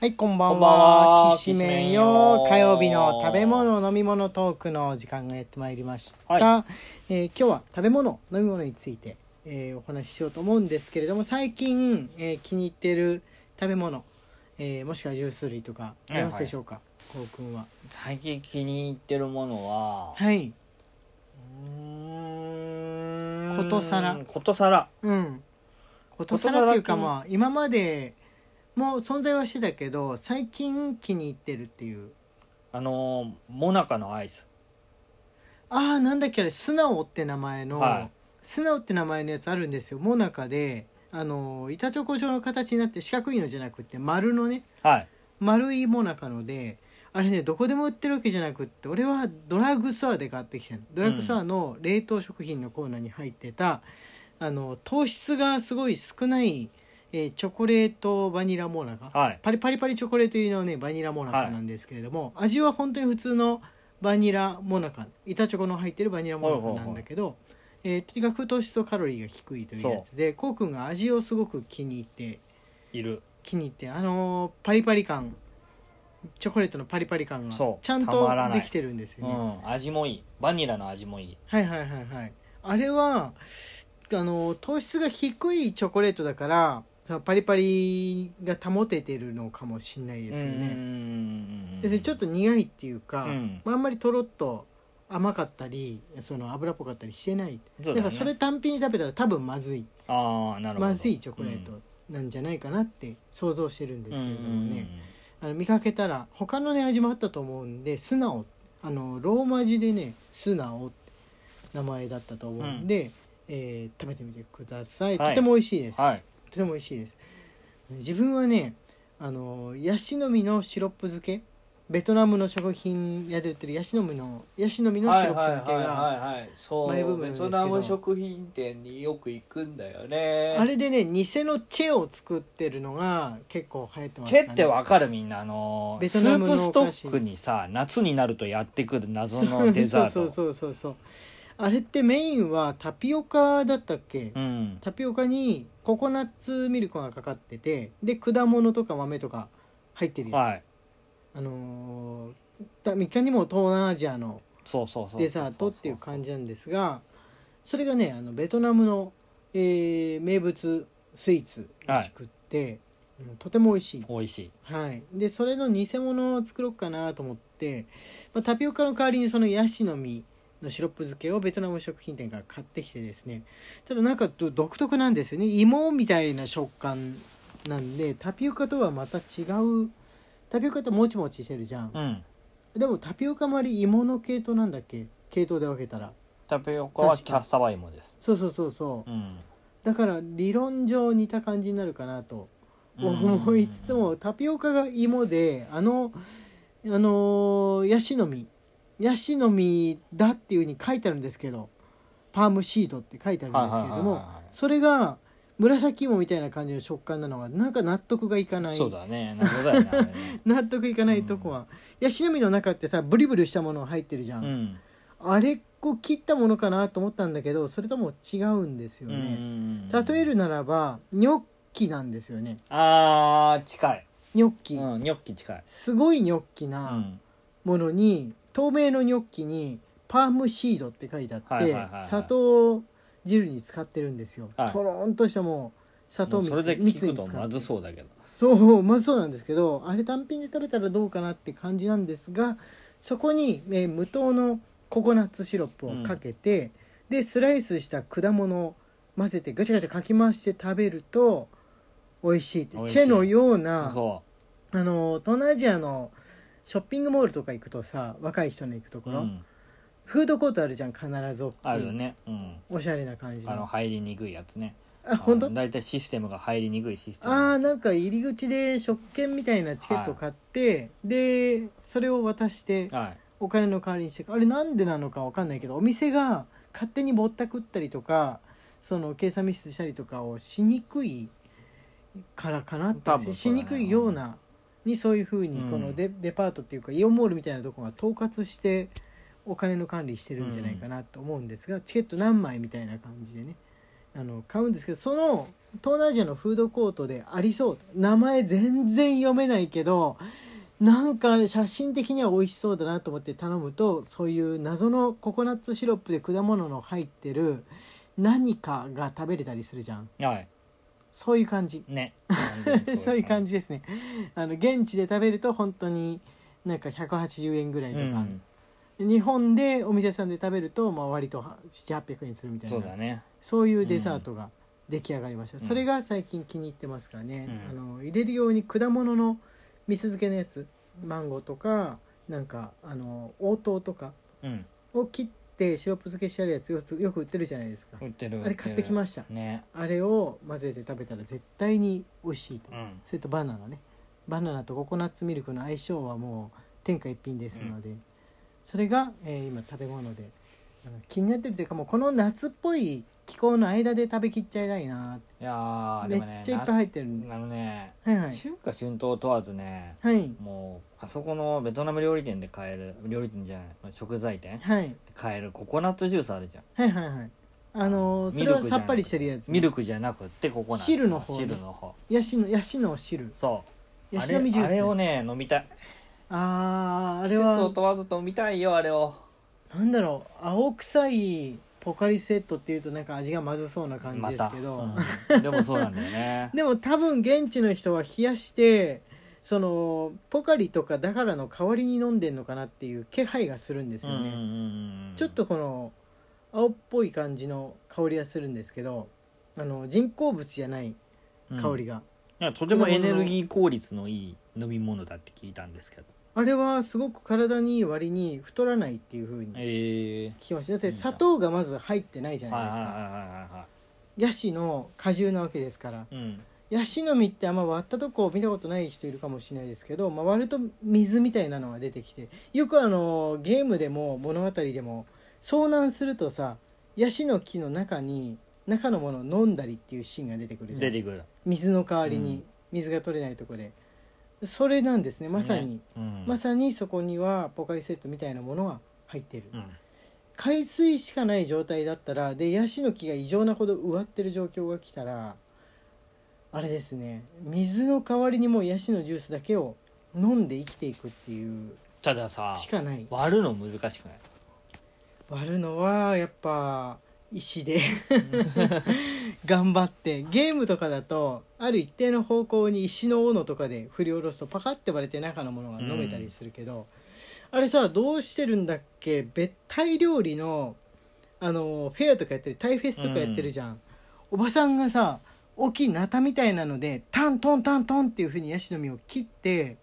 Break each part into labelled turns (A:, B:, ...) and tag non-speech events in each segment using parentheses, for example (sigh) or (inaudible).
A: はい、こんば
B: こ
A: ん
B: んばん
A: は。
B: は
A: きしめん
B: きしめん
A: よ
B: よ。
A: 火曜日の食べ物、飲み物トークの時間がやってまいりました。
B: は
A: えー今日は食べ物、飲み物について、えーお話ししようと思うんですけれども、最近、えー気に入っている食べ物、えーもしくはジュース類とかありますでしょうか、こうくんは。
B: 最近気に入ってるものは、
A: はい。
B: うーん
A: ことさら
B: ことさら
A: うん。ことさらっていうか、
B: ことさらって
A: まあ、今までも存在はしてたけど、最近気に入ってるっていう。
B: あのーモナカのアイス
A: ああなんだっけあれ素直って名前の、
B: はい
A: 素直って名前のやつあるんですよモナカであの板チョコ状の形になって四角いのじゃなくて丸のね
B: はい
A: 丸いモナカのであれねどこでも売ってるわけじゃなくって俺はドラッグストアで買ってきたのドラッグストアの冷凍食品のコーナーに入ってた、あの糖質がすごい少ない、えーチョコレートバニラモナカ
B: はい
A: パリパリパリチョコレート入りのねバニラモナカなんですけれども、味は本当に普通のバニラモナカ板チョコの入ってるバニラモナカなんだけど、えーとにかく糖質とカロリーが低いというやつでこうくんが味をすごく気に入って
B: いる
A: 気に入ってあのーパリパリ感チョコレートのパリパリ感が
B: そう
A: ちゃん
B: た
A: と
B: まらない
A: できてるんです
B: う
A: よね、
B: ん味もいいバニラの味もいい
A: はいはいはいはいあれはあの糖質が低いチョコレートだからそのパリパリが保ててるのかもしれないですよね、
B: ね
A: ですねちょっと苦いっていうか、
B: うん
A: まあ、あんまりとろっと甘かったりその脂っぽかったりしてない
B: そ
A: だ,、
B: うだね
A: からそれ単品に食べたら多分まずい
B: ああなるほど
A: まずいチョコレートなんじゃないかなって想像してるんですけれどもね、あの見かけたら他のね味もあったと思うんで「素直」あのローマ字でね「素直」って名前だったと思うんで、えー食べてみてください、
B: はい
A: とても美味しいです、
B: はい
A: とても美味しいです自分はねあのヤシの実のシロップ漬けベトナムの食品屋で売ってるヤシの実のヤシの実のシロップ漬けが
C: はいはいはいはいそ
A: マイブーム
C: うベ
A: なんですけど
C: トナム食品店によく行くんだよね
A: あれでね偽のチェを作ってるのが結構流行ってます
B: チェってわかるみんなあのー
A: ベト
B: ス
A: ナム
B: ー
A: の
B: プ
A: お
B: ス
A: 菓
B: ト
A: 子
B: ックにさ夏になるとやってくる謎のデザート
A: そうそうそうそうそうあれってメインはタピオカだったっけ、
B: うん
A: タピオカにココナッツミルクがかかっててで果物とか豆とか入ってるやつ、
B: はい
A: あのー、だ三日にも東南アジアの
B: そうそうそうそう
A: デザートっていう感じなんですがそれがねあのベトナムの、えー名物スイーツらしくって、うんとても美味しい、
B: 美味しい
A: はい、でそれの偽物を作ろうかなと思って、まあ、タピオカの代わりにそのヤシの実のシロップ漬けをベトナム食品店から買ってきてですねただなんかど独特なんですよね芋みたいな食感なんでタピオカとはまた違うタピオカってもちもちしてるじゃん
B: うん
A: でもタピオカもあり芋の系統なんだっけ系統で分けたら
B: タピオカは
A: 確か
B: キャッサバ芋です、
A: そうそうそうそう
B: うん、
A: だから理論上似た感じになるかなと
B: うん
A: 思いつつもタピオカが芋であのあのーヤシの実ヤシの実だっていうふうに書いてあるんですけどパームシードって書いてあるんですけれど
B: はい
A: も
B: はいはいはい
A: それが紫芋みたいな感じの食感なのがなんか納得がいかない
B: そうだね謎だよねあれ
A: (laughs)
B: ね
A: 納得いかないとこは、ヤシの実の中ってさブリブリしたものが入ってるじゃ
B: うん、
A: あれを切ったものかなと思ったんだけどそれとも違うんですよ
B: うんうん
A: ね、
B: うんうん
A: 例えるならばニョッキなんですよね
B: あー近い、
A: ニョッキ、
B: うん、ニョッキ近い、
A: すごいニョッキ
B: う、
A: なんものに、透明のニョッキにパームシードって書いてあって、
B: はいはいはいはい
A: 砂糖汁に使ってるんですよ、
B: はい
A: とろんとしたもう砂
B: も
A: 糖
B: う
A: 蜜
B: それで
A: 蜜
B: 聞く
A: に
B: と
A: 使
B: ま
A: っ
B: ず
A: て
B: そうだけど
A: そうまずそうなんですけどあれ単品で食べたらどうかなって感じなんですがそこに、えー無糖のココナッツシロップをかけて、でスライスした果物を混ぜてガチャガチャかき回して食べると美味しいって
B: 美味しい
A: チェのような
B: そ
A: あの東南アジアのショッピングモールとか行くとさ若い人の行くとこ
B: う、う
A: ろ、
B: ん、
A: フードコートあるじゃん必ず大きい
B: あるよね、うん、
A: おしゃれな感じの
B: あの
A: あ
B: 入りにくいやつね
A: 本当
B: あの大体システムが入りにくいシステム
A: あーなんか入り口で食券みたいなチケット買って、でそれを渡して
B: はい
A: お金の代わりにしてあれなんでなのかわかんないけどお店が勝手にぼったくったりとかその計算ミスしたりとかをしにくいからかなって、
B: 多分そうだね
A: しにくいようなにそういうふうに
B: うん
A: このデ,、デパートっていうかイオンモールみたいなとこが統括してお金の管理してるんじゃないかなと思うんですが、チケット何枚みたいな感じでねあの買うんですけどその東南アジアのフードコートでありそう名前全然読めないけどなんか写真的には美味しそうだなと思って頼むとそういう謎のココナッツシロップで果物の入ってる何かが食べれたりするじゃん
B: はい
A: そういう感じ
B: ね
A: (laughs) そういう感
B: じ
A: じですねあの現地で食べると本当になんか180円ぐらいと
B: う
A: か、
B: ん、
A: 日本でお店さんで食べるとまあ割と700800円するみたいな
B: そうだね
A: そういうデザートが出来上がりました、
B: ん
A: それが最近気に入ってますからね、
B: うん
A: あの入れるように果物の味噌漬けのやつマンゴーとかなんかあの応答とか
B: うん
A: を切ってシロップ漬けしてあるやつよくよく売ってるじゃないですか
B: 売ってる
A: あれ買ってきま
B: し
A: した
B: ね
A: あれを混ぜて食べたら絶対に美味しいと、
B: うん
A: それとバナナねバナナとココナッツミルクの相性はもう天下一品ですので、それが、えー今食べ物であの気になってるというかもうこの夏っぽい気候の間で食べきっちゃいたいなって
B: いやーでもね
A: めっちゃいっぱい入ってるんで
B: 夏あのね、
A: はいはい
B: 春夏春冬問わずね
A: はい
B: もうあそこのベトナム料理店で買える料理店じゃない食材店で
A: はい
B: 買えるココナッツジュースあるじゃん
A: はいはいはいあのー
B: ミ
A: それ
B: ル
A: は
B: クじゃ
A: さ
B: なく
A: っぱりしてるやつ
B: ミルクじゃなくてココナッツ
A: 汁の方ね
B: 汁の方
A: ヤシのヤシの汁
B: そう
A: ヤ
B: あ
A: シ
B: れ
A: の実ジュー
B: あ
A: ス
B: れを
A: ね
B: ね飲みたい
A: あーあ
C: 季
A: れ
C: 節を
A: は
C: 問わずと見たいよあれを
A: なんだろう青臭いポカリセットっていうとなんか味がまずそうな感じ
B: ま
A: で
B: た
A: すけど、
B: うんでもそうなんだよね
A: でも多分現地の人は冷やしてそのポカリとかだからの代わりに飲んでんのかなっていう気配がするんです
B: うんう
A: よ
B: んう
A: ね、
B: んうん
A: ちょっとこの青っぽい感じの香りがするんですけどあの人工物じゃない香り
B: が
A: が、
B: とてもエネルギー効率のいい飲み物だって聞いたんですけど
A: あれはすごく体にいい割に太らないっていう風に聞
B: ええ
A: きましただって砂糖がまず入ってないじゃ
B: は
A: ないい
B: はい
A: です
B: はいは
A: か
B: いは
A: ヤシの果汁なわけですから
B: いうん
A: ヤシの実ってあんま割ったとこ見たことない人いるかもしれないですけど、まあ、割ると水みたいなのが出てきてよくあのゲームでも物語でも遭難するとさヤシの木の中に中のものを飲んだりっていうシーンが出てくるじゃ
B: 出
A: ん
B: てくる
A: 水の代わり
B: うん
A: に水が取れないとこで、それなんですねまさに、
B: ねうん
A: まさにそこにはポカリセットみたいなものが入ってる、
B: うん
A: 海水しかない状態だったらでヤシの木が異常なほど植わってる状況が来たらあれですね水の代わりにもうヤシのジュースだけを飲んで生きていくっていう
B: たださ
A: しかない
B: 割るの難しくない
A: 割るのはやっぱ石で頑張ってゲームとかだとある一定の方向に石の斧とかで振り下ろすとパカッて割れて中のものが飲めたりするけど、あれさどうしてるんだっけ別タイ料理のあのフェアとかやってるタイフェスとかやってるじゃん、おばさんがさ大きいナタみたいなのでタントンタントンっていうふうにヤシの実を切って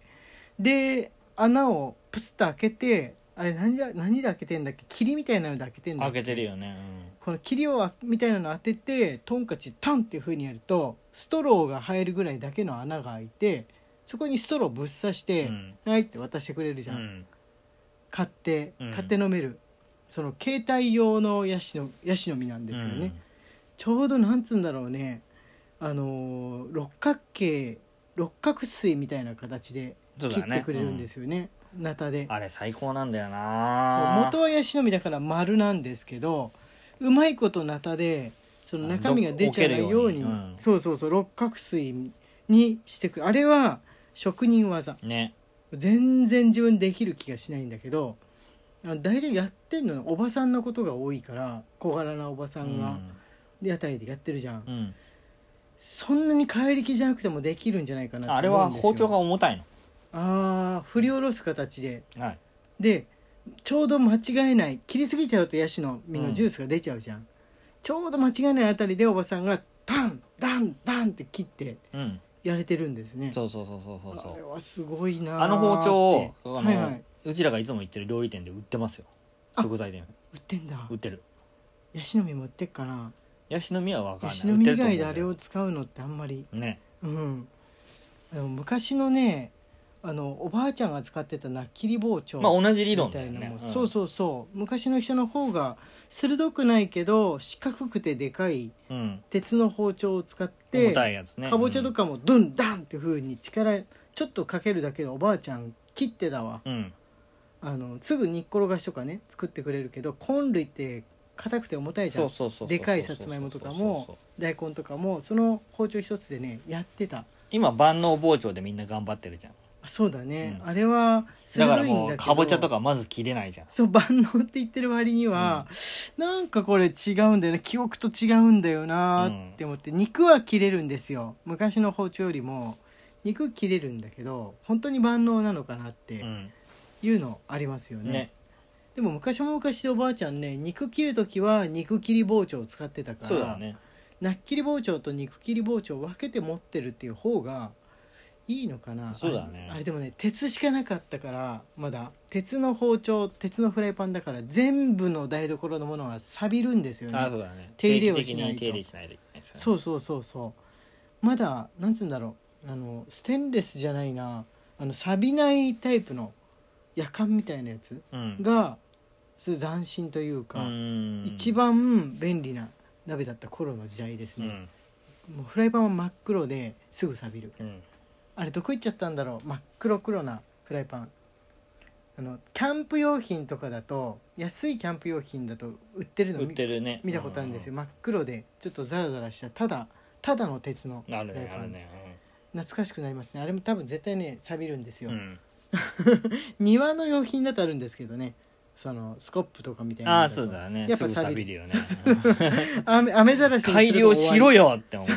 A: で穴をプツッと開けてあれ何だ何で開けてんだっけ霧みたいなので開けてんだっ
B: 開
A: け
B: けてるよね
A: この霧をあみたいなの当ててトンカチタンっていう風にやるとストローが入るぐらいだけの穴が開いてそこにストローぶっ刺し
B: う
A: て、
B: ん
A: はいって渡してくれるじ
B: う
A: ゃん、
B: ん
A: 買って
B: うん
A: 買って飲める、その携帯用のヤシのヤシの実なんですよね、ちょうどなんつうんだろうねあのー六角形六角錐みたいな形で
B: そう
A: 切
B: だ
A: って
B: ね
A: くれるんですよねナタで
B: うんあれ最高なんだよな
A: 元はヤシの実だから丸なんですけどうまいことナタでその中身が出ちゃうように
B: どっこけるようにうん
A: そうそうそう六角錐にしてくるあれは職人技
B: ね
A: 全然自分できる気がしないんだけどあ大体やってんのねおばさんのことが多いから小柄なおばさんが屋台でやってるじゃん、
B: うんうん
A: そんなに怪力じゃなくてもできるんじゃないかな
B: あ
A: って
B: れ
A: 思う
B: は
A: んですよ
B: 包丁が重たい
A: ああ振り下ろす形で
B: のはい
A: でちょうど間違えない切りすぎちゃうとヤシの実のジュースが出ちゃうじゃん、ちょうど間違えないあたりでおばさんがダンダンダンって切って
B: うん
A: やれてるんですね
B: そうそうそうそうそうそ
A: あれ
B: う
A: はすごいなー
B: あの包丁を
A: って
B: あの、
A: はいはいう
B: ちらがいつも行ってる料理店で売ってますよ
A: あ
B: 食材店
A: 売ってんだ
B: 売ってる
A: ヤシの実も売ってっかな
B: ヤシの実は分かん
A: ヤ
B: ない
A: シの実以外で
B: 売っ
A: あ
B: て
A: れを
B: る
A: 使うのってあんまり
B: と思うけどね
A: うんでも昔のねあのおばあちゃんが使ってたなっきり包丁
B: まあ同じ理論
A: み
B: だ
A: た
B: よ
A: いな
B: ね
A: もんそうそうそう昔の人の方が鋭くないけど四角くてでかい
B: うんうん
A: 鉄の包丁を使って
B: 重たいやつね
A: かぼちゃとかもドンダンっていう風に力ちょっとかけるだけでおばあちゃん切ってたわ
B: うん
A: あのすぐ煮っころがしとかね作ってくれるけどコン類って硬くて重たいじゃ
B: そ
A: ん
B: うそうそうそう
A: でかいさつまいもとかも大根とかもその包丁一つでねやってた
B: 今万能包丁でみんな頑張ってるじゃん
A: あそうだね、
B: うん
A: あれは
B: だから
A: 鋭いん
B: も
A: だけ
B: う
A: ど
B: かぼちゃとかまず切れないじゃん
A: そう万能って言ってる割には、なんかこれ違うんだよな記憶と違うんだよなって思って、肉は切れるんですよ昔の包丁よりも肉切れるんだけど本当に万能なのかなって
B: うん
A: いうのありますよね,、
B: ね
A: でも昔も昔おばあちゃんね肉切る時は肉切り包丁を使ってたから
B: そうだよね
A: なっきり包丁と肉切り包丁を分けて持ってるっていう方がいいのかな
B: そうだね
A: あれあれでもね鉄しかなかったからまだ鉄の包丁鉄のフライパンだから全部の台所のものは錆びるんですよ
B: あそ
A: ね
B: うだね
A: 手入れをしない
B: 定期的に
A: と
B: 手入れしないといけないです
A: そううそうそうそうまだなんつうんだろうあのステンレスじゃないなあの錆びないタイプのやかんみたいなやつ
B: うん
A: がす斬新というか、
B: うん
A: 一番便利な鍋だった頃の時代です
B: う
A: ね、
B: ん
A: もうフライパンは真っ黒ですぐ錆びる
B: うん
A: あれどこ行っちゃったんだろう真っ黒黒なフライパンあのキャンプ用品とかだと安いキャンプ用品だと売ってるの
B: 売っ
A: 見
B: てるね
A: 見たことあるんですよ
B: う
A: 真っ黒でちょっとザラザラしたただただの鉄の
B: ある
A: フライ
B: ね
A: パン
B: あるね
A: 懐かしくなりますねあれも多分絶対ね錆びるんです
B: うん
A: よ、
B: うん
A: 庭の用品だとあるんですけどねそのスコップとかみたいなの
B: ああ
A: と
B: そうだね
A: やっ
B: す
A: ぱ
B: ぐ錆
A: 錆
B: び
A: び
B: るよね
A: 雨雨ざらしにすると
B: 改良しろよって思う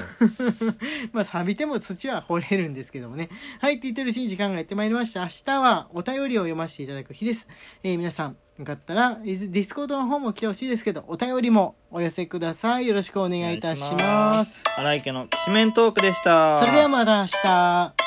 A: まあ錆びても土は掘れるんですけどもね。はい、って言ってるうちに時間がやってまいりました。明日はお便りを読ませていただく日です。えー皆さん、よかったら、えーディスコードの方も来てほしいですけど、お便りもお寄せください。よろしくお願いいたします。
B: 荒井家の地面トークでした
A: それではまた明日。